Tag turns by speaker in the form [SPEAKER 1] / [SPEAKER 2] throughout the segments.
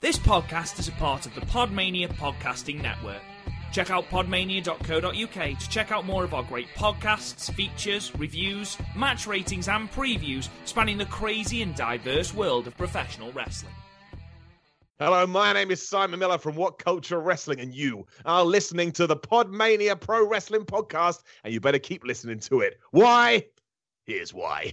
[SPEAKER 1] This podcast is a part of the Podmania Podcasting Network. Check out podmania.co.uk to check out more of our great podcasts, features, reviews, match ratings, and previews spanning the crazy and diverse world of professional wrestling.
[SPEAKER 2] Hello, my name is Simon Miller from What Culture Wrestling, and you are listening to the Podmania Pro Wrestling Podcast, and you better keep listening to it. Why? Here's why.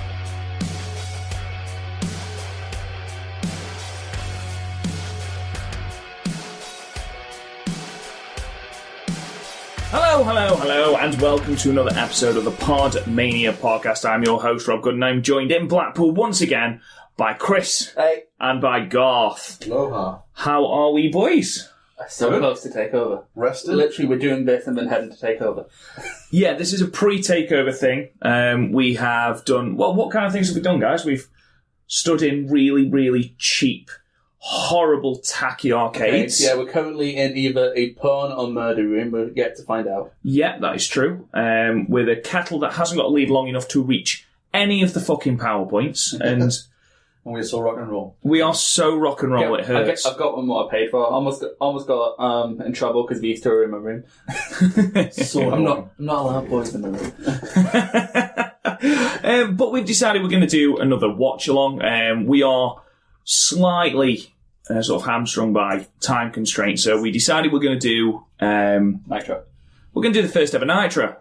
[SPEAKER 1] Hello, hello, hello, and welcome to another episode of the Pod Mania podcast. I'm your host, Rob Gooden. I'm joined in Blackpool once again by Chris
[SPEAKER 3] Hey,
[SPEAKER 1] and by Garth.
[SPEAKER 3] Aloha.
[SPEAKER 1] How are we, boys?
[SPEAKER 4] So
[SPEAKER 3] Good.
[SPEAKER 4] close to take over.
[SPEAKER 3] Rested?
[SPEAKER 4] Literally, we're doing this and then heading to take over.
[SPEAKER 1] Yeah, this is a pre-takeover thing. Um, we have done well. What kind of things have we done, guys? We've stood in really, really cheap, horrible, tacky arcades.
[SPEAKER 4] Yeah, we're currently in either a porn or murder room. We're yet to find out.
[SPEAKER 1] Yeah, that is true. Um, with a kettle that hasn't got a lead long enough to reach any of the fucking powerpoints, and
[SPEAKER 3] When we saw rock and roll.
[SPEAKER 1] we are so rock and roll Oh, it
[SPEAKER 4] I've,
[SPEAKER 1] hurts.
[SPEAKER 4] got, I've got one more I paid for. Almost, almost got um, in trouble because we used to were in my room.
[SPEAKER 3] So
[SPEAKER 4] I'm not, I'm not allowed boys in the room.
[SPEAKER 1] um, but we've decided we're going to do another watch along. Um, we are slightly uh, sort of hamstrung by time constraints, so we decided we're going to do um,
[SPEAKER 4] Nitro.
[SPEAKER 1] we're going to do the first ever Nitro,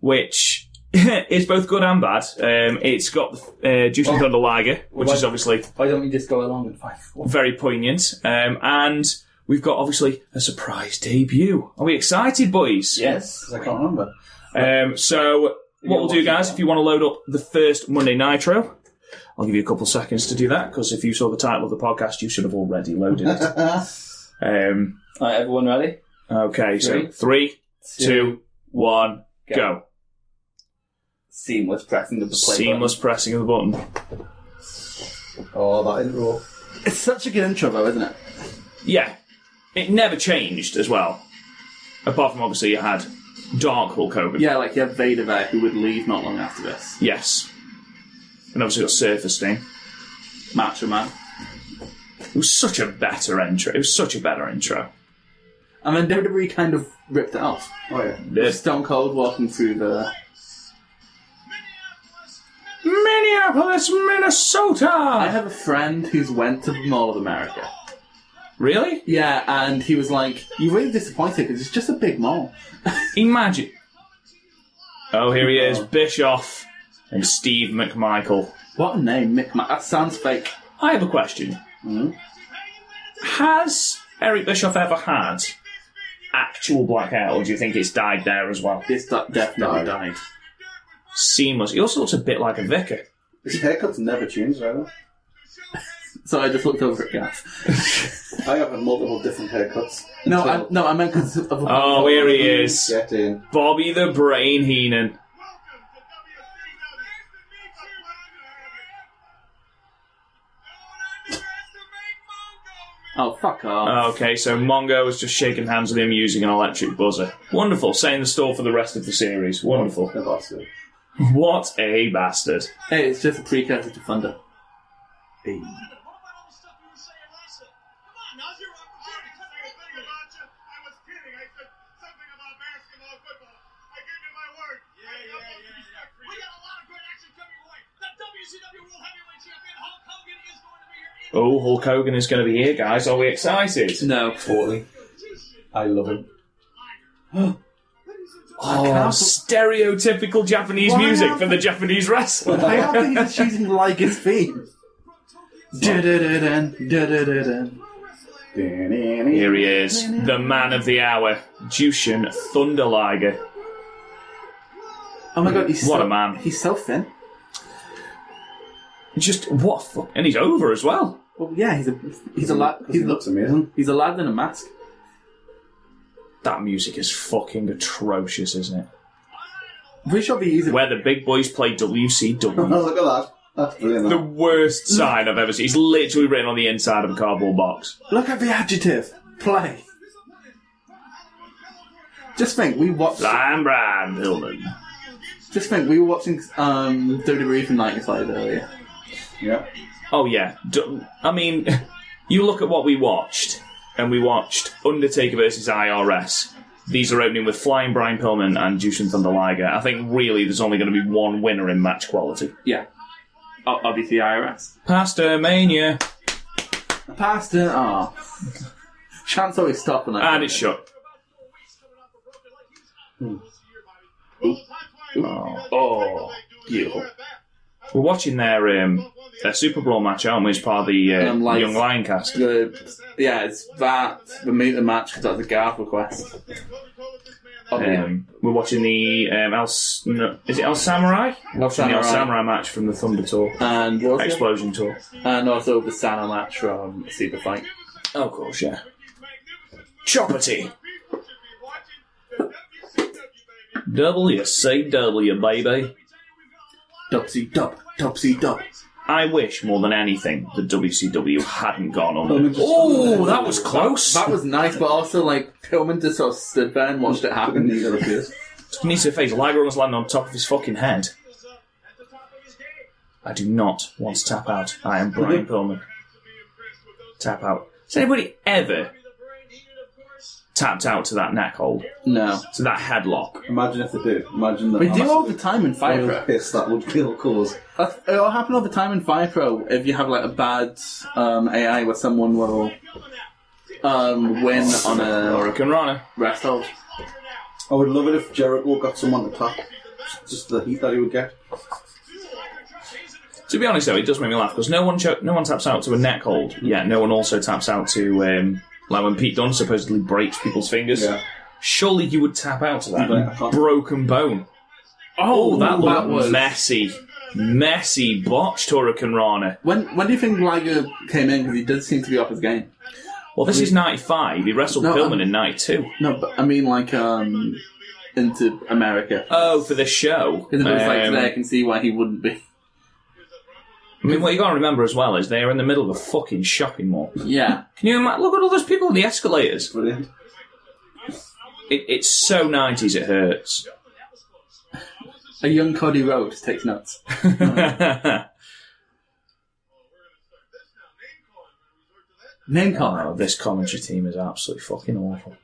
[SPEAKER 1] which is both good and bad. Um, it's got uh, Juice and Thunder Liger, which is
[SPEAKER 4] what-
[SPEAKER 1] obviously
[SPEAKER 4] Why don't we just go along and find one?
[SPEAKER 1] very poignant, um, and we've got obviously a surprise debut. Are we excited, boys?
[SPEAKER 4] Yes.
[SPEAKER 3] I can't remember.
[SPEAKER 1] Um, so what we'll do,
[SPEAKER 4] watching
[SPEAKER 1] guys,
[SPEAKER 4] that.
[SPEAKER 1] if you want to load up the first Monday Nitro, I'll give you a couple seconds to do that because if you saw the title of the podcast, you should have already loaded it. um,
[SPEAKER 4] All right, everyone ready?
[SPEAKER 1] okay, so
[SPEAKER 4] Three,
[SPEAKER 1] three, two, one,
[SPEAKER 4] go.
[SPEAKER 1] go.
[SPEAKER 4] Seamless pressing of the play
[SPEAKER 1] Seamless pressing of the button.
[SPEAKER 3] Oh, that intro.
[SPEAKER 4] button. It's such a good intro, though, isn't it?
[SPEAKER 1] Yeah, it never changed as well. Apart from obviously you had Dark Hulk Hogan.
[SPEAKER 4] Yeah, like you have Vader there who would leave not long after this.
[SPEAKER 1] Yes. And obviously got Surfer Sting.
[SPEAKER 4] Macho Man.
[SPEAKER 1] It was such a better intro. It was such a better intro.
[SPEAKER 4] And then WWE E kind of ripped it off.
[SPEAKER 3] Oh, yeah.
[SPEAKER 1] The-
[SPEAKER 4] Stone Cold walking through the
[SPEAKER 1] Minneapolis, Minnesota.
[SPEAKER 4] I have a friend who's went to the Mall of America.
[SPEAKER 1] Really?
[SPEAKER 4] Yeah, and he was like, "You're really disappointed because it's just a big mall."
[SPEAKER 1] Imagine. Oh, here he is, Bischoff and Steve McMichael.
[SPEAKER 4] What a name, Mick. Ma- that sounds fake.
[SPEAKER 1] I have a question. Has Eric Bischoff ever had actual black hair, or do you think it's dyed there as well?
[SPEAKER 4] This du- definitely
[SPEAKER 3] No.
[SPEAKER 4] died.
[SPEAKER 1] Seamless. He also looks a bit like a vicar.
[SPEAKER 3] His haircut's never changed either.
[SPEAKER 4] So I just looked over at Gaff.
[SPEAKER 3] I have had multiple different haircuts.
[SPEAKER 4] no, I,
[SPEAKER 3] Until-
[SPEAKER 4] no, I meant because of.
[SPEAKER 1] Oh, here he is,
[SPEAKER 3] Get in.
[SPEAKER 1] Bobby the Brain Heenan.
[SPEAKER 4] Oh fuck off!
[SPEAKER 1] Okay, so Mongo was just shaking hands with him using an electric buzzer. Wonderful. Saying the store for the rest of the series. Wonderful.
[SPEAKER 3] The bastard.
[SPEAKER 1] What a bastard.
[SPEAKER 4] Hey, it's just a precursor to Thunder.
[SPEAKER 1] Oh, Hulk Hogan is going to be here, guys. Are we excited?
[SPEAKER 4] No,
[SPEAKER 3] Totally. I love him.
[SPEAKER 1] Oh, stereotypical Japanese
[SPEAKER 4] Why
[SPEAKER 1] music
[SPEAKER 4] not?
[SPEAKER 1] for the Japanese wrestler.
[SPEAKER 4] I don't think he's choosing Liger's theme. Dun-dun-dun-dun, dun-dun-dun-dun.
[SPEAKER 1] Here he is, the man of the hour, Jushin Thunder Liger.
[SPEAKER 4] Oh my god, he's
[SPEAKER 1] What
[SPEAKER 4] so,
[SPEAKER 1] a man.
[SPEAKER 4] He's so thin.
[SPEAKER 1] Just what? a fu- And he's over as well.
[SPEAKER 4] Well, yeah, he's a he's a lad.
[SPEAKER 3] He
[SPEAKER 4] He's, a-
[SPEAKER 3] looks amazing.
[SPEAKER 4] he's a lad in a mask.
[SPEAKER 1] That music is fucking atrocious, isn't it?
[SPEAKER 4] We shall be easy.
[SPEAKER 1] Where the big boys play WCW.
[SPEAKER 4] Oh, look at that. That's brilliant.
[SPEAKER 1] the
[SPEAKER 4] that.
[SPEAKER 1] worst sign I've ever seen. It's literally written on the inside of a cardboard box.
[SPEAKER 4] Look at the adjective. Play. Just think, we watched.
[SPEAKER 1] I'm Brian Pillman.
[SPEAKER 4] Just think, we were watching um, WWE from 95 earlier.
[SPEAKER 3] Yeah.
[SPEAKER 1] Oh yeah, D- I mean, you look at what we watched, and we watched Undertaker versus IRS. These are opening with Flying Brian Pillman and Jushin Thunder Liger. I think really there's only going to be one winner in match quality.
[SPEAKER 3] Yeah. O- obviously, IRS.
[SPEAKER 1] Pastor Mania,
[SPEAKER 4] Past an R. Chance always stopping that.
[SPEAKER 1] and it's shut.
[SPEAKER 3] Oh, oh, beautiful.
[SPEAKER 1] We're watching their um, their Super Bowl match, aren't we? As part of the uh,
[SPEAKER 4] Um, lights.
[SPEAKER 1] Young Lion cast.
[SPEAKER 4] The, yeah, it's that, the meet the match, because that was a Garth request. Oh, yeah.
[SPEAKER 1] Um, we're watching the um, El S- no, is it El Samurai?
[SPEAKER 4] El
[SPEAKER 1] Watching the El
[SPEAKER 4] Samurai.
[SPEAKER 1] Samurai match from the Thunder Tour,
[SPEAKER 4] And what was it?
[SPEAKER 1] Explosion Tour.
[SPEAKER 4] And also the Sano match from Super Fight.
[SPEAKER 1] Oh, of course, yeah. Chopperty. WCW, baby.
[SPEAKER 4] Dubsy dub, dubsy dub.
[SPEAKER 1] I wish more than anything the WCW hadn't gone
[SPEAKER 4] Pillman
[SPEAKER 1] on.
[SPEAKER 4] just-
[SPEAKER 1] Oh, that was close.
[SPEAKER 4] That was nice, but also, like, Pillman just sort of stood there and watched it happen.
[SPEAKER 3] Neither of yours.
[SPEAKER 1] Knee to the face. Liger almost landed on top of his fucking head. I do not want to tap out. I am
[SPEAKER 3] Mm-hmm.
[SPEAKER 1] Brian Pillman. Tap out. Has anybody ever tapped out to that neck hold?
[SPEAKER 4] No.
[SPEAKER 1] To that headlock?
[SPEAKER 3] Imagine if they do. Imagine that.
[SPEAKER 4] We do all the time in Fire
[SPEAKER 3] One of
[SPEAKER 4] Pro.
[SPEAKER 3] the piss Oh, that would kill cause.
[SPEAKER 4] That's- It'll happen all the time in Fire Pro if you have like a bad um, AI where someone will um, win on a
[SPEAKER 1] Hurricane Rana.
[SPEAKER 4] rest hold.
[SPEAKER 3] I would love it if Jericho got someone to tap. Just the heat that he would get.
[SPEAKER 1] To be honest, though, it does make me laugh because no one cho- no one taps out to a neck hold. Yeah, no one also taps out to um, like when Pete Dunne supposedly breaks people's fingers.
[SPEAKER 3] Yeah.
[SPEAKER 1] Surely you would tap out to that
[SPEAKER 3] Yeah, I can't.
[SPEAKER 1] broken bone. Oh, that,
[SPEAKER 4] that
[SPEAKER 1] was
[SPEAKER 4] was-
[SPEAKER 1] messy, messy botched Hurricane Rana.
[SPEAKER 4] When when do you think Liger came in? Because he did seem to be off his game.
[SPEAKER 1] Well, this is '95. He wrestled
[SPEAKER 4] No,
[SPEAKER 1] Pillman
[SPEAKER 4] I'm-
[SPEAKER 1] in '92.
[SPEAKER 4] No, but I mean like um, into America.
[SPEAKER 1] Oh, for the show.
[SPEAKER 4] Because if it was like
[SPEAKER 1] Um,
[SPEAKER 4] today, I can see why he wouldn't be.
[SPEAKER 1] I mean, what you got to remember as well is they are in the middle of a fucking shopping mall.
[SPEAKER 4] Yeah,
[SPEAKER 1] Can you imagine? Look at all those people on the escalators.
[SPEAKER 3] Brilliant.
[SPEAKER 1] It, it's so '90s. It hurts.
[SPEAKER 4] a young Cody Rhodes takes notes. Name
[SPEAKER 1] Oh,
[SPEAKER 4] call.
[SPEAKER 1] this commentary team is absolutely fucking awful.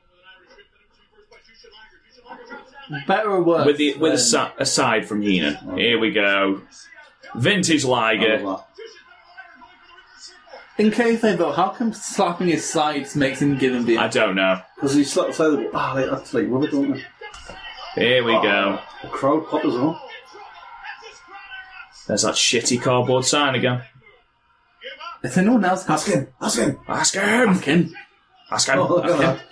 [SPEAKER 4] Better or worse?
[SPEAKER 1] With the with
[SPEAKER 4] than-
[SPEAKER 1] a, aside from Heenan, here we go. Vintage
[SPEAKER 3] I
[SPEAKER 1] Liger.
[SPEAKER 3] love
[SPEAKER 4] in case they vote, how come slapping his sides makes him give him the?
[SPEAKER 1] I don't know.
[SPEAKER 3] that. Because he slapped aside the Ah, like, that's like rubber, don't they?
[SPEAKER 1] Here we go.
[SPEAKER 3] The crowd pop as well.
[SPEAKER 1] There's that shitty cardboard sign again.
[SPEAKER 4] Is anyone else asking?
[SPEAKER 3] That's him.
[SPEAKER 1] Ask him.
[SPEAKER 4] Asking.
[SPEAKER 1] Ask him.
[SPEAKER 3] Oh, look at
[SPEAKER 1] Ask him.
[SPEAKER 3] that.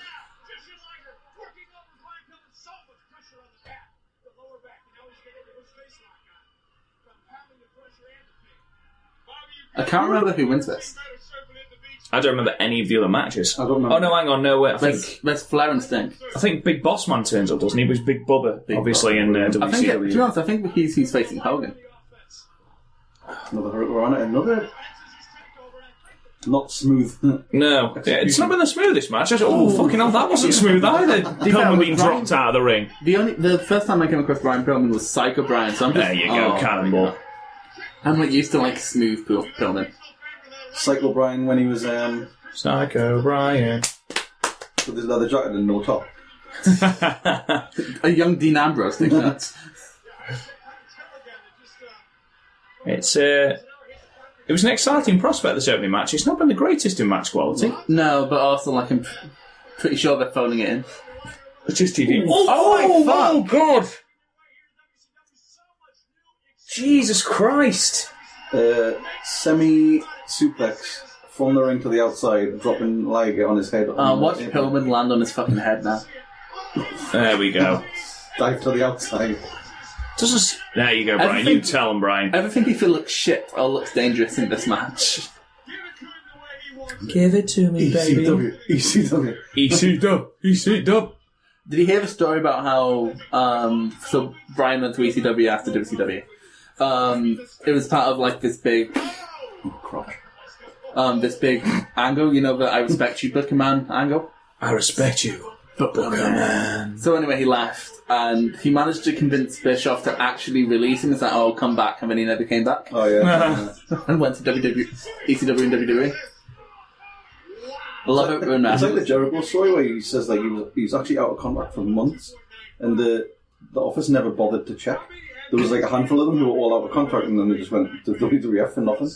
[SPEAKER 4] I can't remember who wins this.
[SPEAKER 1] I don't remember any of the other matches.
[SPEAKER 3] I don't remember.
[SPEAKER 1] Oh no, hang on, no. Wait, I
[SPEAKER 4] There's,
[SPEAKER 1] think
[SPEAKER 4] there's Flair and Sting.
[SPEAKER 1] I think Big Boss Man turns up, doesn't he? It was Big Bubba,
[SPEAKER 3] Big
[SPEAKER 1] obviously,
[SPEAKER 3] Bubba,
[SPEAKER 1] in uh,
[SPEAKER 3] brilliant.
[SPEAKER 4] I think, it, to be
[SPEAKER 1] WCW.
[SPEAKER 4] honest, I think he's, he's facing Hogan.
[SPEAKER 3] Another hurricane on it. Another. Not smooth.
[SPEAKER 1] No, yeah, it's not been the smoothest match. I said, oh, fucking hell, that wasn't smooth either. Pillman
[SPEAKER 4] was
[SPEAKER 1] being
[SPEAKER 4] Brian-
[SPEAKER 1] dropped out of the ring.
[SPEAKER 4] The only the first time I came across Brian Pillman was Psycho Brian, so I'm just
[SPEAKER 1] There you go,
[SPEAKER 4] oh,
[SPEAKER 1] cannonball.
[SPEAKER 4] I'm like used to like smooth Pill- Pillman.
[SPEAKER 3] Cycle Brian when he was um,
[SPEAKER 1] Psycho Brian.
[SPEAKER 3] with his leather jacket and no top.
[SPEAKER 4] A young Dean Ambrose thinks that.
[SPEAKER 1] It's uh, it was an exciting prospect this opening match. It's not been the greatest in match quality.
[SPEAKER 4] No, but also like I'm pretty sure they're phoning it in.
[SPEAKER 1] It's just TV.
[SPEAKER 4] Oh, oh,
[SPEAKER 1] oh god! Jesus Christ!
[SPEAKER 3] Uh, semi suplex from the ring to the outside, dropping Liger on his head.
[SPEAKER 1] Ah,
[SPEAKER 4] Uh,
[SPEAKER 3] on
[SPEAKER 4] watch
[SPEAKER 3] the apron.
[SPEAKER 4] Pillman land on his fucking head now.
[SPEAKER 1] There we go.
[SPEAKER 3] Dive to the outside.
[SPEAKER 1] Does this... There you go,
[SPEAKER 4] I
[SPEAKER 1] Brian. You
[SPEAKER 4] think-
[SPEAKER 1] tell him, Brian.
[SPEAKER 4] Everything he feel looks shit or looks dangerous in this match.
[SPEAKER 1] Give it to me,
[SPEAKER 3] E ECW. ECW.
[SPEAKER 1] E- EC dub, EC dub.
[SPEAKER 4] Did you hear the story about how um, so Brian went to ECW after WCW? Um, it was part of like this big oh, crotch. Um, this big angle, you know, the I respect you, Booker Man angle.
[SPEAKER 1] I respect you, but Bookerman.
[SPEAKER 4] So anyway, he left, and he managed to convince Bischoff to actually release him. He's like, "Oh, come back," and then he never came back,
[SPEAKER 3] Oh yeah.
[SPEAKER 4] and went to WW, ECW, and WWE. I love it when
[SPEAKER 3] It's like the
[SPEAKER 4] that.
[SPEAKER 3] Jericho story where he says like he was, he was actually out of contract for months, and the the office never bothered to check. There was like a handful of them who were all out of contract, and then they just went to WWF for nothing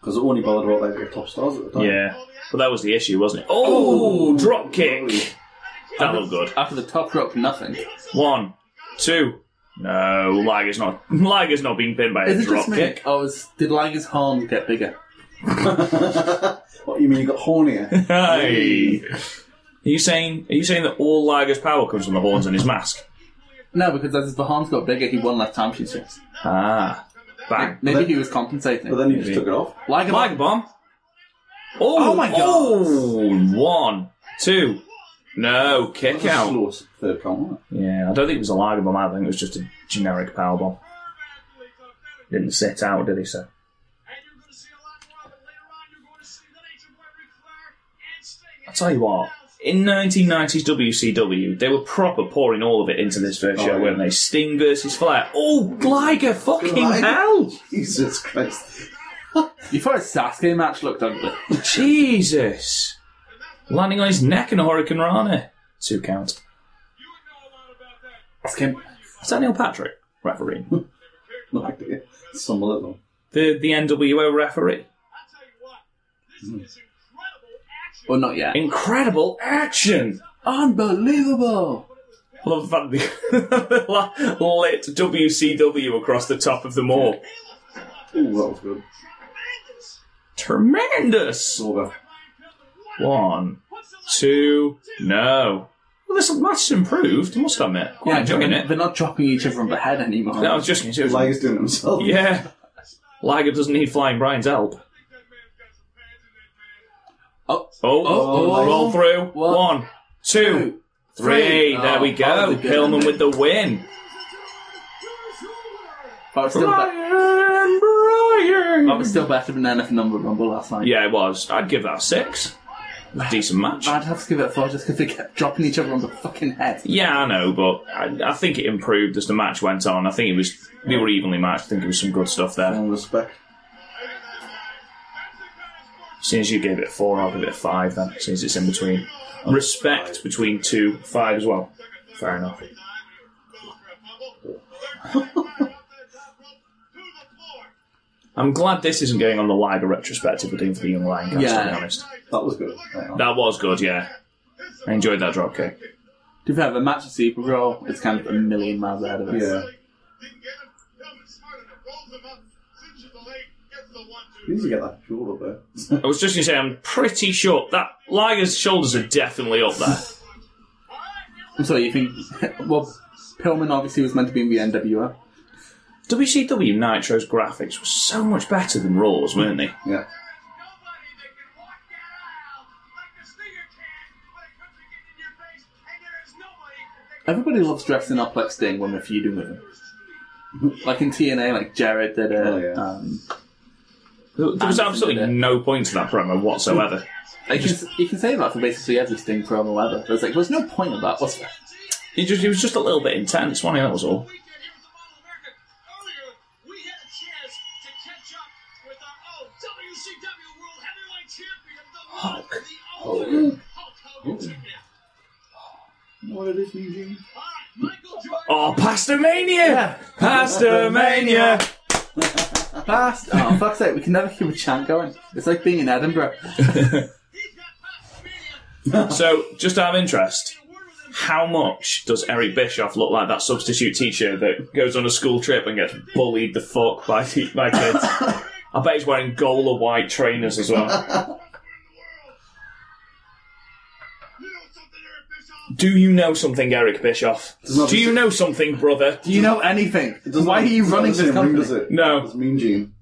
[SPEAKER 3] because they only bothered about like the top stars at the time.
[SPEAKER 1] Yeah, but that was the issue, wasn't it? Oh, drop kick. That looked good.
[SPEAKER 4] After the top rope, nothing.
[SPEAKER 1] One, two. No, Liger's not. Liger's not being pinned by a
[SPEAKER 4] Is it
[SPEAKER 1] drop
[SPEAKER 4] just me?
[SPEAKER 1] kick.
[SPEAKER 4] Or was, did Liger's horn get bigger?
[SPEAKER 3] What you mean you got hornier?
[SPEAKER 1] Hey. Are you saying? Are you saying that all Liger's power comes from the horns and his mask?
[SPEAKER 4] No, because as the horns got bigger, he won less time shoots.
[SPEAKER 1] Ah, bang.
[SPEAKER 4] Maybe he was compensating.
[SPEAKER 3] but then he just took it off.
[SPEAKER 4] Liger,
[SPEAKER 1] Liger bomb. Oh,
[SPEAKER 4] Oh my God.
[SPEAKER 1] Oh, one, two. No, kick out.
[SPEAKER 3] Slowest third count. wasn't it?
[SPEAKER 1] Yeah, I don't think it was a Liger bomb. I think it was just a generic power bomb. Didn't sit out, did he? So I tell you what. In 1990s WCW, they were proper pouring all of it into this first show,
[SPEAKER 3] Oh, yeah.
[SPEAKER 1] weren't they? Sting versus Flair. Oh, Liger, fucking
[SPEAKER 3] Liger.
[SPEAKER 1] hell!
[SPEAKER 3] Jesus Christ!
[SPEAKER 4] you thought a Sasuke match looked ugly.
[SPEAKER 1] Jesus! Landing on his neck in a Hurricane Rana. Two count.
[SPEAKER 4] Ask him.
[SPEAKER 1] Is that Neil Patrick? Referee.
[SPEAKER 3] No idea. Some little.
[SPEAKER 1] the, the NWO referee.
[SPEAKER 4] Well, not yet.
[SPEAKER 1] Incredible action!
[SPEAKER 4] Unbelievable!
[SPEAKER 1] I love the fact that they lit WCW across the top of them all.
[SPEAKER 3] Ooh, that was good.
[SPEAKER 1] Tremendous!
[SPEAKER 3] Over.
[SPEAKER 1] One, two, no. Well, this match improved, I must admit. Quite
[SPEAKER 4] Yeah,
[SPEAKER 1] enjoying
[SPEAKER 4] they're,
[SPEAKER 1] it.
[SPEAKER 4] they're not dropping each other on the head anymore.
[SPEAKER 1] No, I eh? was just going to say, it was-
[SPEAKER 3] Liger's doing it himself.
[SPEAKER 1] yeah. Liger doesn't need Flying Brian's help.
[SPEAKER 4] Oh,
[SPEAKER 1] Oh,
[SPEAKER 4] Oh, oh,
[SPEAKER 1] roll
[SPEAKER 4] oh.
[SPEAKER 1] through.
[SPEAKER 4] One,
[SPEAKER 1] One, two,
[SPEAKER 4] two,
[SPEAKER 1] three.
[SPEAKER 4] three.
[SPEAKER 1] There we
[SPEAKER 4] Oh,
[SPEAKER 1] go.
[SPEAKER 4] oh, the
[SPEAKER 1] Pillman
[SPEAKER 4] good.
[SPEAKER 1] with the win.
[SPEAKER 4] but it's still, be-
[SPEAKER 1] Brian, Brian.
[SPEAKER 4] but it's still better than anything on the Rumble last night.
[SPEAKER 1] Yeah, it was. I'd give that a six. It was a decent match.
[SPEAKER 4] I'd have to give it a four just because they kept dropping each other on the fucking head.
[SPEAKER 1] Yeah, I know, but I, I think it improved as the match went on. I think it was we were evenly matched. I think it was some good stuff there.
[SPEAKER 3] And respect.
[SPEAKER 1] As soon as you gave it a four, I'll give it a five then, since it's in between. Respect between two, five as well. Fair enough. I'm glad this isn't going on the Liger retrospective we're doing for the Young Lion cast, to be
[SPEAKER 4] Yeah.
[SPEAKER 1] honest.
[SPEAKER 3] That was good. Right on.
[SPEAKER 1] That was good, yeah. I enjoyed that drop kick.
[SPEAKER 4] To be fair, the match of Super Bowl is kind of a million miles ahead of us.
[SPEAKER 3] Yeah. You need to get that shoulder there.
[SPEAKER 1] I was just going to say, I'm pretty sure that Liger's shoulders are definitely up there.
[SPEAKER 4] I'm sorry, you think. Well, Pillman obviously was meant to be in the NWO.
[SPEAKER 1] WCW Nitro's graphics were so much better than Raw's, weren't they?
[SPEAKER 3] Yeah.
[SPEAKER 4] Everybody loves dressing up like Sting when they're feuding with him. Like in TNA, like Jared did it.
[SPEAKER 3] Oh, yeah.
[SPEAKER 4] um,
[SPEAKER 1] There was
[SPEAKER 4] Anderson
[SPEAKER 1] absolutely
[SPEAKER 4] did it.
[SPEAKER 1] no point to that promo whatsoever.
[SPEAKER 4] you, can, you can say that for basically every Sting promo ever. There's like, there's no point of that. What's there?
[SPEAKER 1] He just he was just a little bit intense, wasn't he? That was all.
[SPEAKER 5] Hulk.
[SPEAKER 1] Hogan.
[SPEAKER 3] What it is, Eugene?
[SPEAKER 1] Oh, Pastor Mania! Pastor Mania!
[SPEAKER 4] Fast! Oh, fuck's sake, we can never keep a chant going. It's like being in Edinburgh.
[SPEAKER 1] so, just out of interest, how much does Eric Bischoff look like that substitute teacher that goes on a school trip and gets bullied the fuck by, by kids? I bet he's wearing Gola white trainers as well. Do you know something, Eric Bischoff?
[SPEAKER 3] not-
[SPEAKER 1] Do you know something, brother?
[SPEAKER 4] Do you know anything? Why are you running this
[SPEAKER 3] Ring, does
[SPEAKER 4] company?
[SPEAKER 3] it?
[SPEAKER 1] No.
[SPEAKER 3] It's Mean Gene.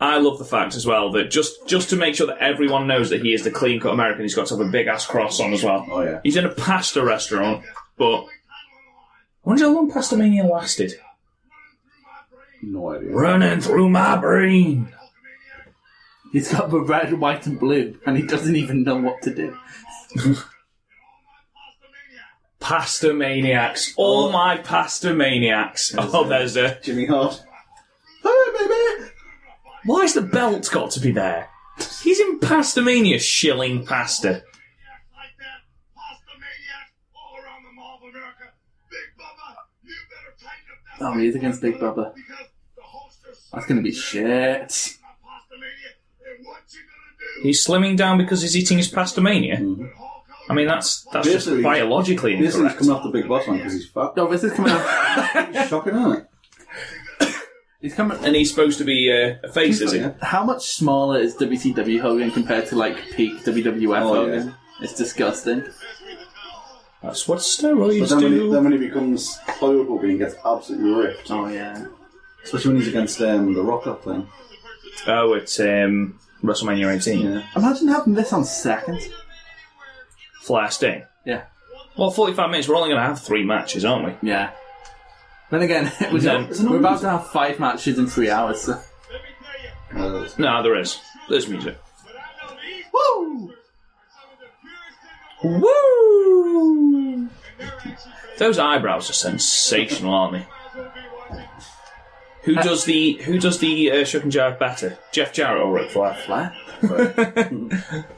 [SPEAKER 1] I love the fact as well that just just to make sure that everyone knows that he is the clean cut American, he's got to have a big ass cross on as well.
[SPEAKER 3] Oh, yeah.
[SPEAKER 1] He's in a pasta restaurant, but I wonder how long Pasta Mania lasted.
[SPEAKER 3] No idea.
[SPEAKER 1] Running through my brain.
[SPEAKER 4] He's got the red, white, and blue, and he doesn't even know what to do.
[SPEAKER 1] Pasta maniacs. All my pasta maniacs. Oh, there's a.
[SPEAKER 3] Jimmy Hart. Hi, baby!
[SPEAKER 1] Why's the belt got to be there? He's in Pasta Mania shilling pasta.
[SPEAKER 5] like that. Pasta maniacs all around the mall of America. Big Bubba, you better tighten up that
[SPEAKER 4] Oh, he is against Big Bubba.
[SPEAKER 5] because the holster's
[SPEAKER 4] That's gonna be shit.
[SPEAKER 5] my pasta mania. And what you gonna do?
[SPEAKER 1] He's slimming down because he's eating his Pasta Mania.
[SPEAKER 5] All colors
[SPEAKER 1] I mean, that's that's
[SPEAKER 3] Basically-
[SPEAKER 1] just biologically
[SPEAKER 3] This is
[SPEAKER 1] incorrect.
[SPEAKER 3] coming off the big boss man because he's fat.
[SPEAKER 4] No, this is coming out.
[SPEAKER 3] Shocking, isn't it?
[SPEAKER 4] He's coming.
[SPEAKER 1] And he's supposed to be uh, a face, is he?
[SPEAKER 3] Yeah.
[SPEAKER 4] How much smaller is WCW Hogan compared to like peak WWF
[SPEAKER 3] Oh, yeah.
[SPEAKER 4] Hogan? It's disgusting.
[SPEAKER 1] That's what
[SPEAKER 3] But
[SPEAKER 1] steroids
[SPEAKER 3] then when, he, then
[SPEAKER 1] do.
[SPEAKER 3] when he becomes Cloud Hogan, he gets absolutely ripped.
[SPEAKER 4] Oh yeah.
[SPEAKER 3] Especially when he's against um, the Rock that thing.
[SPEAKER 1] Oh, it's um, WrestleMania 18.
[SPEAKER 3] Yeah.
[SPEAKER 4] Imagine having this on second.
[SPEAKER 1] Flair Sting.
[SPEAKER 4] Yeah.
[SPEAKER 1] Well, 45 minutes, we're only going to have three matches, aren't we?
[SPEAKER 4] Yeah. Then again, we're,
[SPEAKER 1] No,
[SPEAKER 4] just- we're about to have five matches in three hours. So.
[SPEAKER 3] Uh, it's-
[SPEAKER 1] No, there is. There's music.
[SPEAKER 4] Woo!
[SPEAKER 1] Woo! Those eyebrows are sensational, aren't they? Who does the Who does the uh, shook and jive better, Jeff Jarrett or Ric Flair?
[SPEAKER 4] Flair?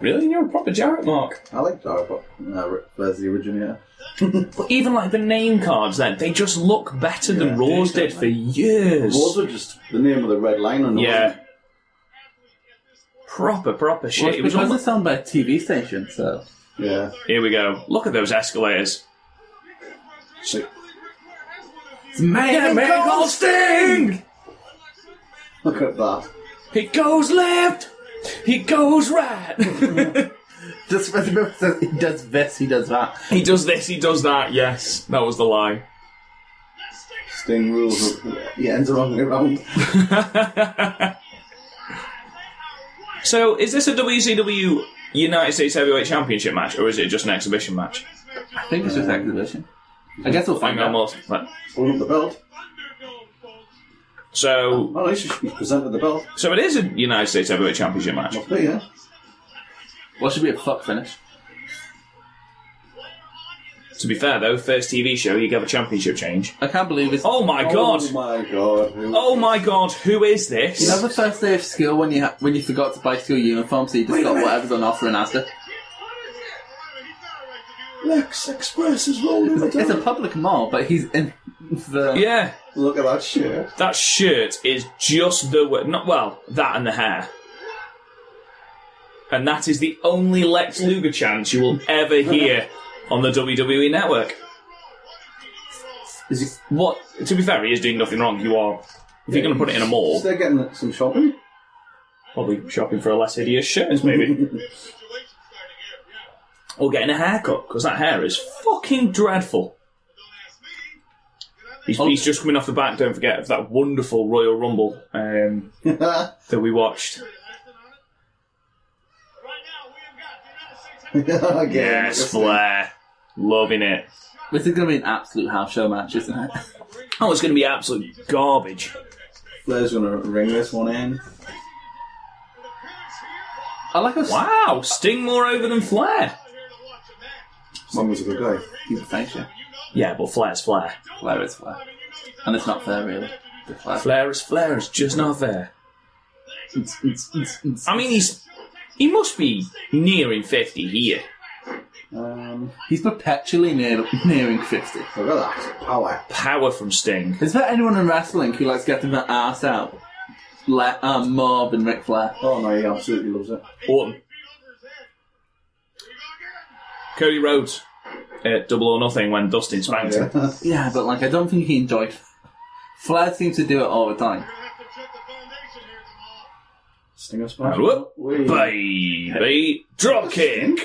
[SPEAKER 1] Really, you're a proper Jarrett, Mark.
[SPEAKER 3] I like Jarrett, but no, Ric Flair's the originator.
[SPEAKER 1] But even like the name cards, then they just look better than Raws did for years.
[SPEAKER 3] Wars were just the name of the red line on the
[SPEAKER 1] Yeah. Proper, proper shit.
[SPEAKER 4] Well,
[SPEAKER 1] it
[SPEAKER 4] it
[SPEAKER 1] was
[SPEAKER 4] because
[SPEAKER 1] almost,
[SPEAKER 4] it's owned by a TV station, so.
[SPEAKER 3] Yeah.
[SPEAKER 1] here we go. Look at those escalators.
[SPEAKER 4] It's Megan
[SPEAKER 1] Megan
[SPEAKER 4] Cole
[SPEAKER 1] Cole
[SPEAKER 4] Sting!
[SPEAKER 3] Look at that.
[SPEAKER 1] He goes left. He goes right.
[SPEAKER 4] Just as if says he does this, he does that.
[SPEAKER 1] he does this. He does that. Yes, that was the lie.
[SPEAKER 3] Sting rules. He ends the wrong way around.
[SPEAKER 1] So, is this a WCW United States Heavyweight Championship match, or is it just an exhibition match?
[SPEAKER 4] I think it's just exhibition. I guess we'll
[SPEAKER 1] I
[SPEAKER 4] find
[SPEAKER 1] know
[SPEAKER 4] out.
[SPEAKER 1] most. but-
[SPEAKER 3] Pulling up the belt.
[SPEAKER 1] So,
[SPEAKER 3] Oh, no, he's just he's presented the belt.
[SPEAKER 1] so it is a United States Heavyweight Championship match.
[SPEAKER 3] Must be, eh? yeah.
[SPEAKER 4] What should be a fuck finish?
[SPEAKER 1] To be fair, though, first TV show you have a championship change.
[SPEAKER 4] I can't believe it's.
[SPEAKER 1] Oh my god!
[SPEAKER 3] Oh my god. Who-
[SPEAKER 1] Oh my god! Who is this?
[SPEAKER 4] You know the first day of school when you ha- when you forgot to buy school uniform, so you just got whatever's on offer and after.
[SPEAKER 3] Lex Express is rolling the
[SPEAKER 4] It's a
[SPEAKER 3] dough.
[SPEAKER 4] public mall, but he's in the.
[SPEAKER 1] yeah,
[SPEAKER 3] Look at that shirt.
[SPEAKER 1] that shirt is just the wo- not well that and the hair. And that is the only Lex Luger chant you will ever hear on the WWE Network.
[SPEAKER 4] Is he-
[SPEAKER 1] What? To be fair, he is doing nothing wrong. You are. If you're going to put it in a mall,
[SPEAKER 3] So they're getting some shopping.
[SPEAKER 1] probably shopping for a less hideous shirt, maybe. or getting a haircut, because that hair is fucking dreadful. He's, he's just coming off the back, don't forget, of that wonderful Royal Rumble um, that we watched.
[SPEAKER 3] Again.
[SPEAKER 1] Yes, Flair. Loving it.
[SPEAKER 4] This is going to be an absolute house show match, isn't it?
[SPEAKER 1] Oh, it's going to be absolute garbage.
[SPEAKER 3] Flair's gonna ring this one in.
[SPEAKER 4] I like how
[SPEAKER 1] Wow, Sting more over than Flair.
[SPEAKER 3] Sting was a good guy.
[SPEAKER 4] he's a finisher.
[SPEAKER 1] Yeah, but Flair's Flair.
[SPEAKER 4] Flair is Flair. And it's not fair, really. The Flair.
[SPEAKER 1] Flair is Flair, it's just not fair.
[SPEAKER 4] It's- it's- it's- it's-
[SPEAKER 1] I mean, he's he must be nearing 50 here.
[SPEAKER 3] Um,
[SPEAKER 4] He's perpetually near, nearing 50.
[SPEAKER 3] look at that. Power.
[SPEAKER 1] Power from Sting.
[SPEAKER 4] Is there anyone in wrestling who likes getting their ass out like, um, more than Ric Flair?
[SPEAKER 3] Oh no, he absolutely loves it.
[SPEAKER 1] Orton. Cody Rhodes at Double or Nothing when Dustin spanked him.
[SPEAKER 3] Yeah.
[SPEAKER 4] Yeah, but like I don't think he enjoyed. Flair seems to do it all the time.
[SPEAKER 3] Sting us
[SPEAKER 1] And whoop, baby, dropkick.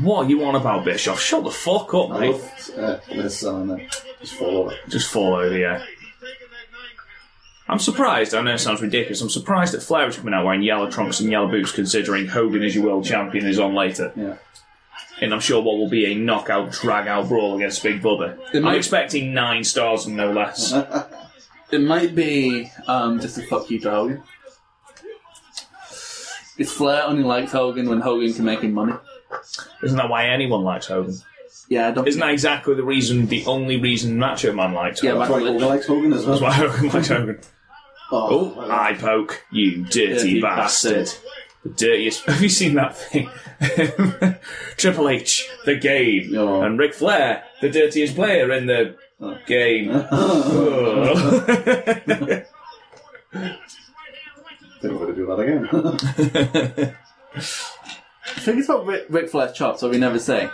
[SPEAKER 1] What are you on about, Bischoff? Shut the fuck up,
[SPEAKER 3] I
[SPEAKER 1] mate.
[SPEAKER 3] love uh, this song there. Just follow it.
[SPEAKER 1] Just fall over the air. I'm surprised, I know it sounds ridiculous, I'm surprised that Flair is coming out wearing yellow trunks and yellow boots considering Hogan is your world champion is on later.
[SPEAKER 3] Yeah.
[SPEAKER 1] And I'm sure what will be a knockout, drag out brawl against Big Bubba. I'm
[SPEAKER 4] might- Uh-huh.
[SPEAKER 1] expecting nine stars and no less.
[SPEAKER 4] It might be um, just a fuck you to Hogan. It's Flair only likes Hogan when Hogan can make him money.
[SPEAKER 1] Isn't that why anyone likes Hogan?
[SPEAKER 4] Yeah, I don't.
[SPEAKER 1] Isn't that exactly the reason, the only reason Macho Man likes
[SPEAKER 4] Yeah,
[SPEAKER 1] Hogan?
[SPEAKER 3] That's why
[SPEAKER 4] Lynch.
[SPEAKER 3] Hogan likes Hogan as well.
[SPEAKER 1] That's why Hogan likes Hogan.
[SPEAKER 3] Oh,
[SPEAKER 1] Oh, eye poke, you dirty,
[SPEAKER 4] Dirty
[SPEAKER 1] bastard.
[SPEAKER 4] bastard.
[SPEAKER 1] The dirtiest. Have you seen that thing? Triple H, the game.
[SPEAKER 3] No.
[SPEAKER 1] And Ric Flair, the dirtiest player in the game. Oh.
[SPEAKER 3] Didn't want to do that again.
[SPEAKER 4] I think it's about Ric, Ric Flair's chops that we never say.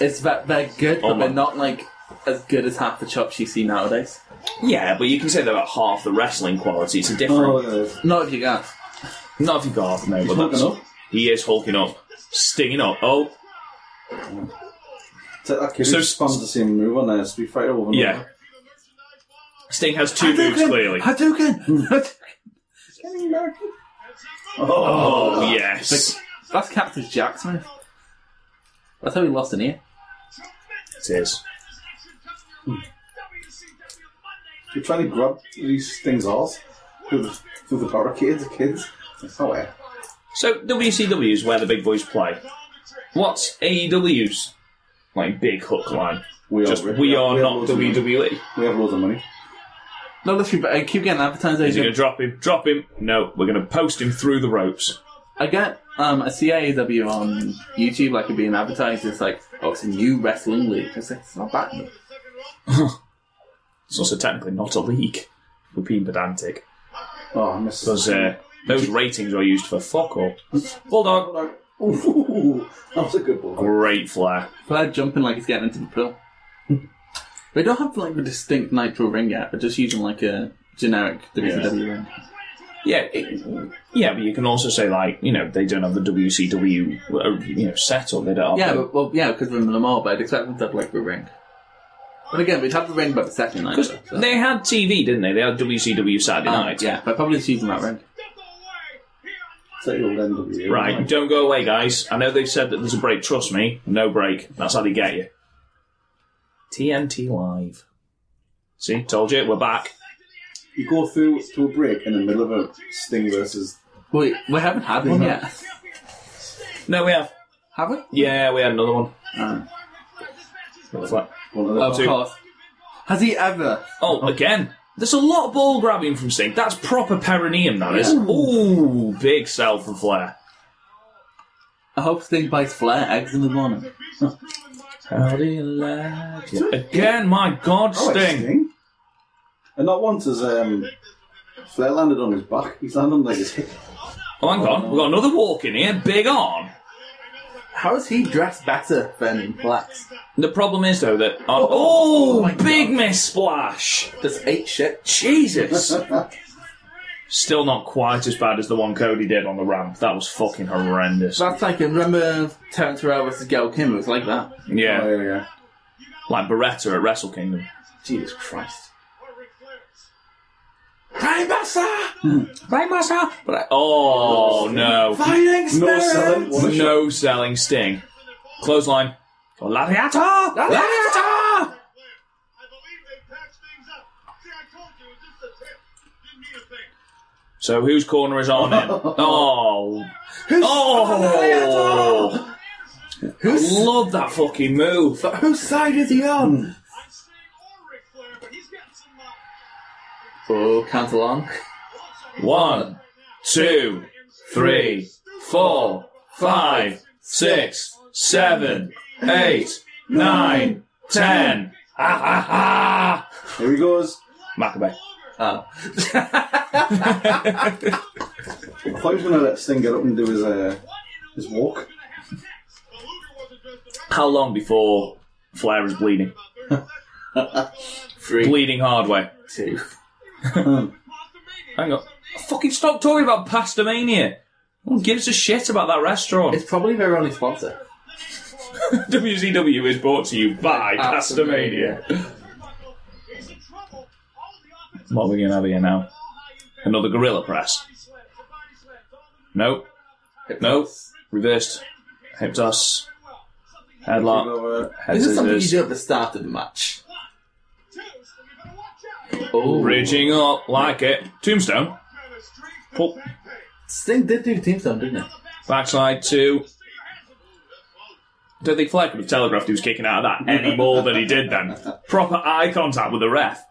[SPEAKER 4] It's that they're good, but
[SPEAKER 1] Oh my-
[SPEAKER 4] they're not like as good as half the chops you see nowadays.
[SPEAKER 1] yeah, but you can say they're about half the wrestling quality. It's a
[SPEAKER 3] oh,
[SPEAKER 1] different.
[SPEAKER 3] look at this.
[SPEAKER 4] Not if you gas.
[SPEAKER 1] Not if you've got half, no, but
[SPEAKER 3] Hulking
[SPEAKER 1] that's.
[SPEAKER 3] up.
[SPEAKER 1] He is hulking up, stinging up. Oh,
[SPEAKER 3] Take that kid
[SPEAKER 1] So-
[SPEAKER 3] who spams the same move on there, Street Fighter over and
[SPEAKER 1] yeah.
[SPEAKER 3] over.
[SPEAKER 1] Sting has two moves, clearly.
[SPEAKER 4] Hadouken!
[SPEAKER 1] Oh, yes.
[SPEAKER 4] That's Captain Jack Smith. That's how he lost an ear.
[SPEAKER 1] It is.
[SPEAKER 3] You're trying to grab these things off through the, through the barricades of kids. That's how it.
[SPEAKER 1] So WCW is where the big boys play. What's AEW's like big hook line?
[SPEAKER 3] We
[SPEAKER 1] Just
[SPEAKER 3] rich.
[SPEAKER 1] we are
[SPEAKER 3] have
[SPEAKER 1] not E.
[SPEAKER 3] loads of money.
[SPEAKER 1] WWE.
[SPEAKER 3] We have loads of money.
[SPEAKER 4] No, let's be but I keep getting
[SPEAKER 1] Is he going
[SPEAKER 4] advertising.
[SPEAKER 1] to drop him? Drop him? No, we're going to post him through the ropes.
[SPEAKER 4] I get um, a CAW on YouTube, like it being advertised. It's like, oh, it's a new wrestling league. It's like, it's not that new.
[SPEAKER 1] It's also technically not a league. We're being pedantic
[SPEAKER 3] Oh, I missed
[SPEAKER 1] because uh, those ratings are used for fuck all. Bulldog,
[SPEAKER 3] Ooh, that was a good one.
[SPEAKER 1] great flair.
[SPEAKER 4] Flair jumping like he's getting into the pool. they don't have like a distinct nitro ring yet, but just using like a generic WCW ring.
[SPEAKER 1] Yeah, it, yeah, but you can also say like you know they don't have the WCW uh, you know setup. They don't. Have
[SPEAKER 4] Yeah,
[SPEAKER 1] the-
[SPEAKER 4] but, well, yeah, because we're in Lamar, but I'd expect them to have like the ring. But again, we'd have the ring by the second night.
[SPEAKER 1] because
[SPEAKER 4] so-
[SPEAKER 1] they had TV, didn't they? They had WCW Saturday
[SPEAKER 4] Um,
[SPEAKER 1] night.
[SPEAKER 4] yeah, but probably just using that ring.
[SPEAKER 3] It's like the old E. NWA.
[SPEAKER 1] Right,
[SPEAKER 3] Like,
[SPEAKER 1] don't go away, guys. I know they've said that there's a break. Trust me, no break. That's how they get you. TNT Live. See, told you, we're back.
[SPEAKER 3] You go through to a break in the middle of a Sting versus.
[SPEAKER 4] Wait, we haven't had one yet,
[SPEAKER 1] No, we have.
[SPEAKER 4] have we?
[SPEAKER 1] Yeah, we had another one.
[SPEAKER 4] Uh,
[SPEAKER 1] What was that?
[SPEAKER 3] One of the,
[SPEAKER 4] of
[SPEAKER 1] two.
[SPEAKER 4] course. Has he ever?
[SPEAKER 1] Oh, again. There's a lot of ball grabbing from Sting. That's proper perineum, that is. Ooh, big sell from Flair.
[SPEAKER 4] I hope Sting bites Flair eggs in the morning.
[SPEAKER 1] How do you like it? Again, my God,
[SPEAKER 3] Oh, it's
[SPEAKER 1] Sting.
[SPEAKER 3] And not once has um, Flair landed on his back. He's landed on like his hip.
[SPEAKER 1] Oh, hang on. We've got another walk in here. Big arm.
[SPEAKER 4] How is he dressed better than Flex?
[SPEAKER 1] The problem is, though, that. Oh,
[SPEAKER 4] my
[SPEAKER 1] big
[SPEAKER 4] God.
[SPEAKER 1] miss splash.
[SPEAKER 4] Just ate shit.
[SPEAKER 1] Jesus.
[SPEAKER 3] That's
[SPEAKER 1] Still not quite as bad as the one Cody did on the ramp. That was fucking horrendous.
[SPEAKER 4] That's like a remember Terrence Terrell versus Gail Kim. It was like that.
[SPEAKER 3] Oh,
[SPEAKER 1] Yeah,
[SPEAKER 3] yeah, yeah.
[SPEAKER 1] like Beretta at Wrestle Kingdom.
[SPEAKER 4] Jesus Christ.
[SPEAKER 1] Massa! But I, oh no,
[SPEAKER 3] No selling. What a shot.
[SPEAKER 1] no selling Sting. Clothesline. Oh, Lariata! Lariata! So whose corner is on in? Oh, oh! I love that fucking move.
[SPEAKER 4] Whose side is he on?
[SPEAKER 5] uh,
[SPEAKER 4] Oh, count along.
[SPEAKER 1] One, two, three, four, five, six, seven, eight, nine, ten. Ah, ah, ah.
[SPEAKER 3] Here he goes.
[SPEAKER 1] Maccabee.
[SPEAKER 4] Oh.
[SPEAKER 3] I thought he was going to let Sting get up and do his uh, his walk.
[SPEAKER 1] How long before Flair is bleeding?
[SPEAKER 4] Three,
[SPEAKER 1] Bleeding hard way.
[SPEAKER 4] two.
[SPEAKER 1] Hang on. Fucking stop talking about Pastamania. No one gives a shit about that restaurant.
[SPEAKER 4] It's probably their only sponsor.
[SPEAKER 1] WCW is brought to you by Castamania.
[SPEAKER 5] He's in trouble. All the offense
[SPEAKER 1] What are we going to have here now?
[SPEAKER 5] all high impact.
[SPEAKER 1] Another gorilla press.
[SPEAKER 5] Body slams, the body slams, all the
[SPEAKER 1] No. No. Reversed. Hip toss. Headlock.
[SPEAKER 3] Over.
[SPEAKER 1] Head
[SPEAKER 4] This is something you
[SPEAKER 1] scissors.
[SPEAKER 4] do at the start of the match.
[SPEAKER 5] twos, and you better watch out.
[SPEAKER 4] Oh,
[SPEAKER 1] Reaching up like it. Tombstone.
[SPEAKER 5] Now the streets the
[SPEAKER 1] Pull.
[SPEAKER 5] same thing.
[SPEAKER 4] Sting did do tombstone, didn't it?
[SPEAKER 1] Backslide two.
[SPEAKER 5] Stay your hands up.
[SPEAKER 1] Don't think Flair could have telegraphed he was kicking out of that any more than he did then. Proper eye contact with the ref.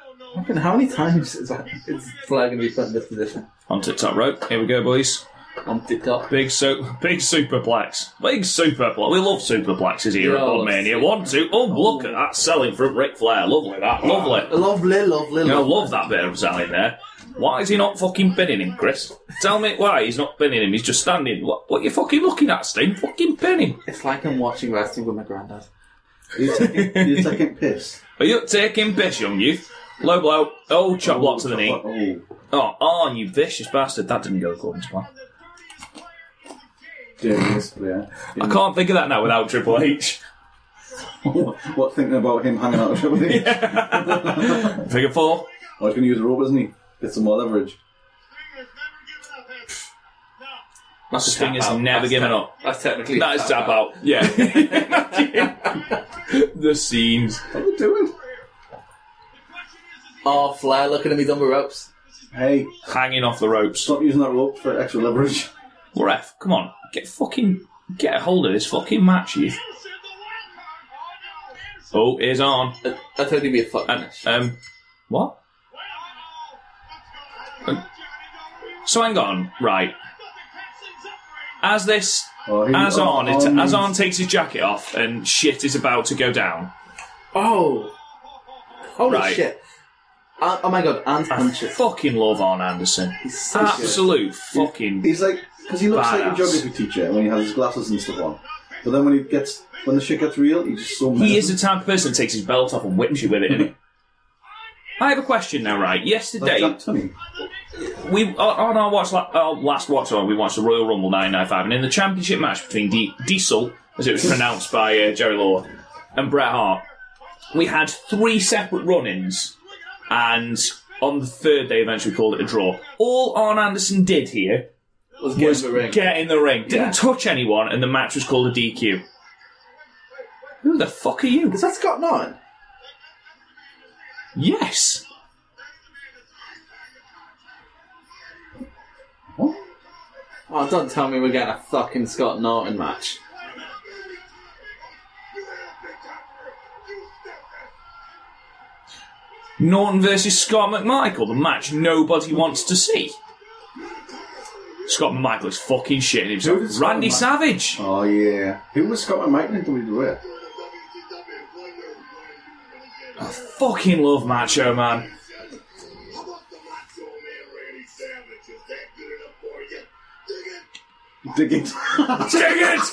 [SPEAKER 5] I don't know.
[SPEAKER 4] Fucking How many times is, that, is Flair going to be put in this position?
[SPEAKER 1] On TikTok rope. Here we go, boys.
[SPEAKER 4] On TikTok.
[SPEAKER 1] Big so big superplex. Big superplex. We love superplexes here at
[SPEAKER 4] Yeah,
[SPEAKER 1] Odd Mania. One, two. Oh, look at that selling from Ric Flair. Lovely that. Lovely.
[SPEAKER 4] Lovely, lovely,
[SPEAKER 1] I
[SPEAKER 4] lovely.
[SPEAKER 1] love that bit of selling there. Why is he not fucking pinning him, Chris? Tell me why he's not pinning him. He's just standing. What, what you fucking looking at, Sting? Fucking pin him.
[SPEAKER 4] It's like I'm watching wrestling with my granddad.
[SPEAKER 3] Are you taking, you're taking piss.
[SPEAKER 1] Are you taking piss, young youth? Low blow. Oh, chop block to the knee.
[SPEAKER 3] Oh,
[SPEAKER 1] Oh, on, you vicious bastard. That didn't go according to plan.
[SPEAKER 3] genius, yeah.
[SPEAKER 1] I can't think of that now without Triple H.
[SPEAKER 3] what, thinking about him hanging out with everything?
[SPEAKER 1] Figure four.
[SPEAKER 3] Oh, he's going to use a rope, isn't he? Get some more leverage.
[SPEAKER 4] That's a
[SPEAKER 1] Sting
[SPEAKER 4] tap
[SPEAKER 1] is
[SPEAKER 4] out.
[SPEAKER 1] never
[SPEAKER 4] That's
[SPEAKER 1] given
[SPEAKER 4] tap-
[SPEAKER 1] up.
[SPEAKER 4] That's technically a
[SPEAKER 1] That is tap out. Yeah. the scenes.
[SPEAKER 3] What are you doing?
[SPEAKER 4] Oh, Flair looking at me done with ropes.
[SPEAKER 3] Hey,
[SPEAKER 1] Hanging off the ropes.
[SPEAKER 3] stop using that rope for extra leverage.
[SPEAKER 1] Ref, come on. Get fucking. Get a hold of this fucking match, you. Oh, is on.
[SPEAKER 4] That- That's only be a fuck
[SPEAKER 1] And,
[SPEAKER 4] finish.
[SPEAKER 1] um, what? So hang on, right. As this,
[SPEAKER 3] Oh, he-
[SPEAKER 1] as
[SPEAKER 3] oh,
[SPEAKER 1] on, it,
[SPEAKER 3] oh,
[SPEAKER 1] as
[SPEAKER 3] no.
[SPEAKER 1] on takes his jacket off and shit is about to go down.
[SPEAKER 4] oh! Holy
[SPEAKER 1] Right.
[SPEAKER 4] shit. Uh, oh my god, and
[SPEAKER 1] I
[SPEAKER 4] punches.
[SPEAKER 1] fucking love Arn Anderson.
[SPEAKER 4] He's so
[SPEAKER 1] Absolute fucking.
[SPEAKER 3] He's like, because he looks like
[SPEAKER 1] Badass.
[SPEAKER 3] a geography teacher when he has his glasses and stuff on. But then when he gets, when the shit gets real, he's just so mad.
[SPEAKER 1] He is the type of person that takes his belt off and whips you with it. Isn't he? I have a question now, right?
[SPEAKER 3] like
[SPEAKER 1] Yesterday,
[SPEAKER 3] Jack Tunney.
[SPEAKER 1] we on on our watch la- our last watch on, we watched the Royal Rumble 995, and in the championship match between D- Diesel, as it was pronounced by uh, Jerry Law, and Bret Hart, we had three separate run-ins, and on the third day, eventually we called it a draw. All Arn Anderson did here
[SPEAKER 4] was getting the ring.
[SPEAKER 1] get in the ring, didn't touch anyone, and the match was called a DQ. Who the fuck are you?
[SPEAKER 4] Is that Scott Norton?
[SPEAKER 1] Yes.
[SPEAKER 4] Oh, don't tell me we're getting a fucking Scott Norton match.
[SPEAKER 1] Norton versus Scott McMichael, the match nobody wants to see. Scott McMichael is fucking shitting
[SPEAKER 3] Who did
[SPEAKER 1] himself.
[SPEAKER 3] Scott
[SPEAKER 1] Randy
[SPEAKER 3] McMichael-
[SPEAKER 1] Savage.
[SPEAKER 3] Oh, yeah. Who was Scott McMichael in E? WWE?
[SPEAKER 1] I fucking love Macho Man.
[SPEAKER 3] Dig it.
[SPEAKER 1] Dig it!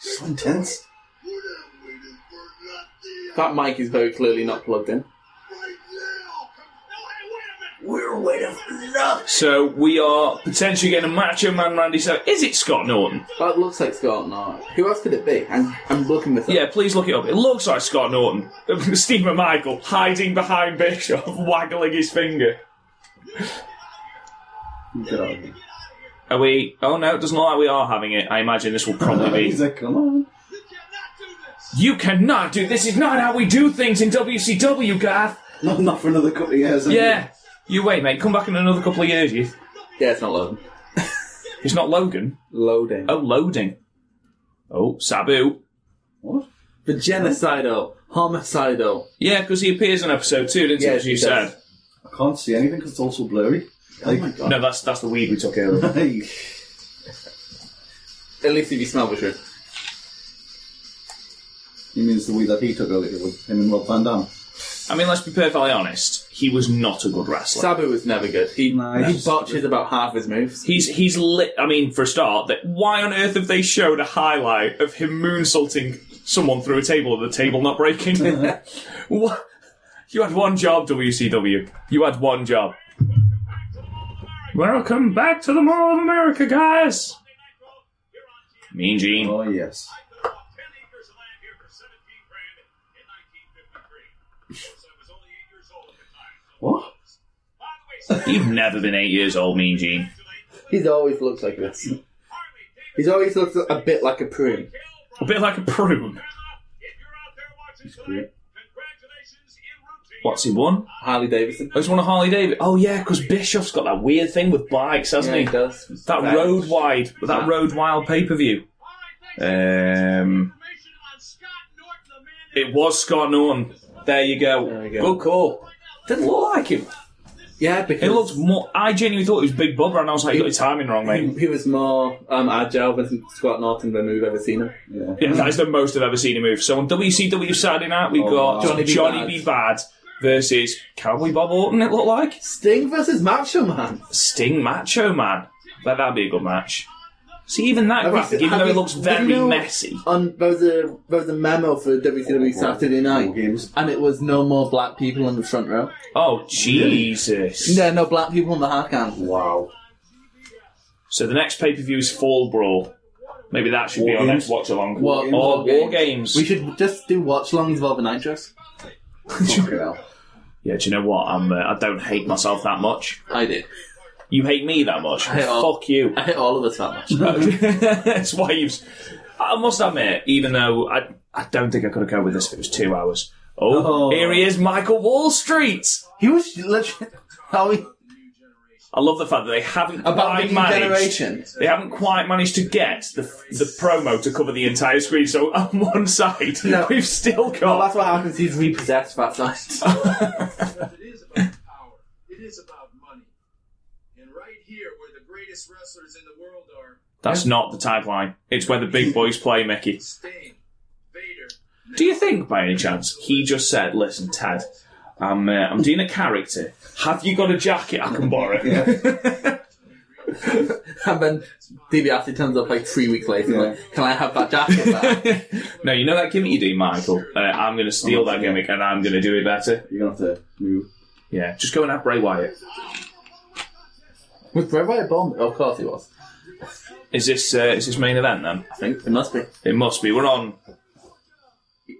[SPEAKER 3] so intense.
[SPEAKER 4] That mic is very clearly not plugged in.
[SPEAKER 3] We're waiting for nothing.
[SPEAKER 1] So we are potentially getting a Macho Man Randy Savage. Is it Scott Norton?
[SPEAKER 4] That looks like Scott Norton. Who else could it be? I'm, I'm looking this up.
[SPEAKER 1] Yeah, please look it up. It looks like Scott Norton. Steve McMichael hiding behind Bishop, waggling his finger.
[SPEAKER 3] Get out of here.
[SPEAKER 1] Are we? Oh no, it doesn't look like we are having it. I imagine this will probably
[SPEAKER 3] He's
[SPEAKER 1] be.
[SPEAKER 3] like, come on.
[SPEAKER 1] You cannot do this. Is not how we do things in WCW, Garth.
[SPEAKER 3] Not, not for another couple of years. isn't
[SPEAKER 1] Yeah, you wait, mate. Come back in another couple of years. You.
[SPEAKER 4] Yeah, it's not loading.
[SPEAKER 1] It's not Logan.
[SPEAKER 4] Loading.
[SPEAKER 1] Oh, loading. Oh, Sabu.
[SPEAKER 3] it? What?
[SPEAKER 4] The genocidal, homicidal.
[SPEAKER 1] Yeah, because he appears in episode two, didn't he?
[SPEAKER 4] Yeah,
[SPEAKER 1] As you
[SPEAKER 4] he does.
[SPEAKER 1] said.
[SPEAKER 3] I can't see anything because it's all so blurry. Like, oh my god.
[SPEAKER 1] No, that's that's the weed we took earlier.
[SPEAKER 3] Hey.
[SPEAKER 4] At least if you smell the shit.
[SPEAKER 3] He means the way that he took earlier with him and Rob Van Dam.
[SPEAKER 1] I mean, let's be perfectly honest. He was not a good wrestler.
[SPEAKER 4] Sabu was never good. He,
[SPEAKER 3] Nice.
[SPEAKER 4] he botches about half his moves.
[SPEAKER 1] He's he's lit. I mean, for a start, that why on earth have they showed a highlight of him moonsaulting someone through a table and the table not breaking? what? You had one job, WCW. You had one job. Welcome back to the Mall of America, guys. Mean Gene.
[SPEAKER 3] Oh yes. What?
[SPEAKER 1] You've never been eight years old, Mean Gene.
[SPEAKER 4] He's always looks like this. He's always looked a bit like a prune.
[SPEAKER 1] A bit like a prune. What's he won?
[SPEAKER 4] Harley Davidson.
[SPEAKER 1] Oh, he's won a Harley Davidson. Oh yeah, because Bischoff's got that weird thing with bikes, hasn't
[SPEAKER 4] Yeah,
[SPEAKER 1] he?
[SPEAKER 4] he does.
[SPEAKER 1] That
[SPEAKER 4] Right.
[SPEAKER 1] road wide, that road wild pay per view. Um, it was Scott Norton. There you go.
[SPEAKER 4] There we go.
[SPEAKER 1] Good call. Didn't look like him.
[SPEAKER 4] Yeah, because
[SPEAKER 1] It looked more. I genuinely thought it was Big Bubba, and I was like, "You got your timing wrong,
[SPEAKER 4] he,
[SPEAKER 1] mate."
[SPEAKER 4] he was more um, agile than Scott Norton than we've ever seen him.
[SPEAKER 3] Yeah.
[SPEAKER 1] Yeah, that is the most I've ever seen a move. So on WCW Saturday night, we
[SPEAKER 3] Oh,
[SPEAKER 1] got
[SPEAKER 3] wow.
[SPEAKER 1] Johnny,
[SPEAKER 4] Johnny
[SPEAKER 1] B. Johnny
[SPEAKER 4] B. Bad.
[SPEAKER 1] B. Bad versus Cowboy Bob Orton. It looked like
[SPEAKER 4] Sting versus Macho Man.
[SPEAKER 1] Sting Macho Man. I bet that'd be a good match. See, even that
[SPEAKER 4] Have you
[SPEAKER 1] graphic,
[SPEAKER 4] seen-
[SPEAKER 1] even
[SPEAKER 4] have
[SPEAKER 1] though it
[SPEAKER 4] you-
[SPEAKER 1] looks
[SPEAKER 4] did you
[SPEAKER 1] very
[SPEAKER 4] know-
[SPEAKER 1] messy, Oh,
[SPEAKER 4] On there was a there was a memo for WCW Saturday
[SPEAKER 3] War
[SPEAKER 4] night,
[SPEAKER 3] games.
[SPEAKER 4] and it was no more black people in the front row.
[SPEAKER 1] Oh Jesus!
[SPEAKER 4] Yeah, no black people on the hard count.
[SPEAKER 3] Wow.
[SPEAKER 1] So the next pay per view is Fall Brawl. Maybe that should be
[SPEAKER 3] War
[SPEAKER 1] our
[SPEAKER 3] Games?
[SPEAKER 1] next watch along.
[SPEAKER 4] War-
[SPEAKER 1] or
[SPEAKER 4] War
[SPEAKER 1] War
[SPEAKER 4] Games.
[SPEAKER 1] Games.
[SPEAKER 4] We should just do watch longs of all the nitros.
[SPEAKER 3] Fucking hell.
[SPEAKER 1] Yeah, do you know what? I'm. Uh, I don't hate myself that much.
[SPEAKER 4] I did.
[SPEAKER 1] You hate me that much.
[SPEAKER 4] hate all-
[SPEAKER 1] Fuck you.
[SPEAKER 4] I hit all of us that much.
[SPEAKER 1] That's why you've. I must admit, even though I, I don't think I could have gone with this if it was two hours. Oh,
[SPEAKER 4] Oh.
[SPEAKER 1] here he is, Michael Wall Street.
[SPEAKER 4] He was literally how he,
[SPEAKER 1] I love the fact that they haven't
[SPEAKER 4] about
[SPEAKER 1] quite
[SPEAKER 4] the new
[SPEAKER 1] managed.
[SPEAKER 4] generation.
[SPEAKER 1] They haven't quite managed to get the the promo to cover the entire screen. So on one side,
[SPEAKER 4] No.
[SPEAKER 1] we've still got.
[SPEAKER 4] Well, that's what happens. He's repossessed that night.
[SPEAKER 5] It is about power. It is about money. And right here, where the greatest wrestlers in the world are,
[SPEAKER 1] That's not the tagline. It's where the big boys play, Mickey.
[SPEAKER 5] Sting, Vader,
[SPEAKER 1] Do you think, by any chance, he just said, "Listen, Ted, I'm uh, I'm doing a character. Have you got a jacket I can borrow?"
[SPEAKER 4] and then DiBiase turns up like three weeks later.
[SPEAKER 3] Yeah.
[SPEAKER 4] Like, Can I have that jacket back?
[SPEAKER 1] no, you know that gimmick you do, Michael. Uh, I'm going to steal that gimmick and I'm going to do it better.
[SPEAKER 3] You're gonna have to move.
[SPEAKER 1] Yeah, just go and have Bray Wyatt.
[SPEAKER 4] was Bray Wyatt bomb? Of course he was.
[SPEAKER 1] Is this uh, is this main event then?
[SPEAKER 4] I think it must be.
[SPEAKER 1] It must be. We're on.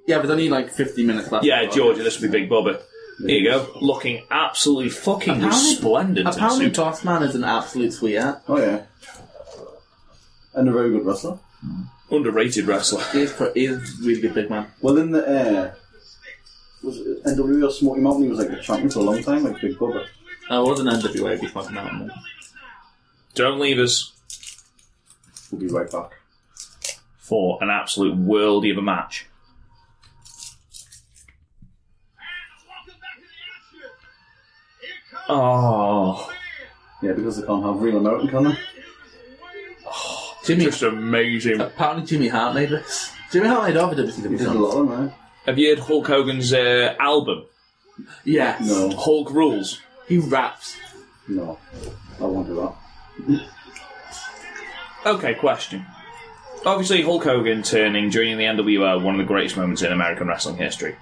[SPEAKER 4] Yeah, but there's only like 50 minutes left.
[SPEAKER 1] Yeah, Georgia. This will be Big Bubba. Here you go, looking absolutely fucking
[SPEAKER 4] Apparently-
[SPEAKER 1] resplendent. in
[SPEAKER 4] Apparently,
[SPEAKER 1] suit.
[SPEAKER 4] Boss Man is an absolute sweetheart.
[SPEAKER 3] Oh yeah. And a very good wrestler.
[SPEAKER 1] underrated wrestler.
[SPEAKER 4] He is, pr- he is a really good big man.
[SPEAKER 3] Well, in the air. Was it NWA or Smoky Mountain? He was like the champion for a long time, like Big Bubba.
[SPEAKER 4] I was an NWA before that one.
[SPEAKER 1] Don't leave us
[SPEAKER 3] We'll be right back.
[SPEAKER 1] for an absolute worldie of a match.
[SPEAKER 5] and welcome back to the action. Here comes
[SPEAKER 1] Oh,
[SPEAKER 3] Yeah, because they can't have real American, can they?
[SPEAKER 4] Jimmy,
[SPEAKER 1] just amazing.
[SPEAKER 4] apparently Jimmy Hart made this. Jimmy Hart made all the
[SPEAKER 3] He
[SPEAKER 4] WCW
[SPEAKER 3] did a
[SPEAKER 4] songs.
[SPEAKER 3] lot of them, eh?
[SPEAKER 1] Have you heard Hulk Hogan's uh, album,
[SPEAKER 4] Yes.
[SPEAKER 3] No,
[SPEAKER 1] Hulk Rules?
[SPEAKER 4] He raps.
[SPEAKER 3] no. I won't do that.
[SPEAKER 1] Okay, question. Obviously, Hulk Hogan turning during the NWO, one of the greatest moments in American wrestling history.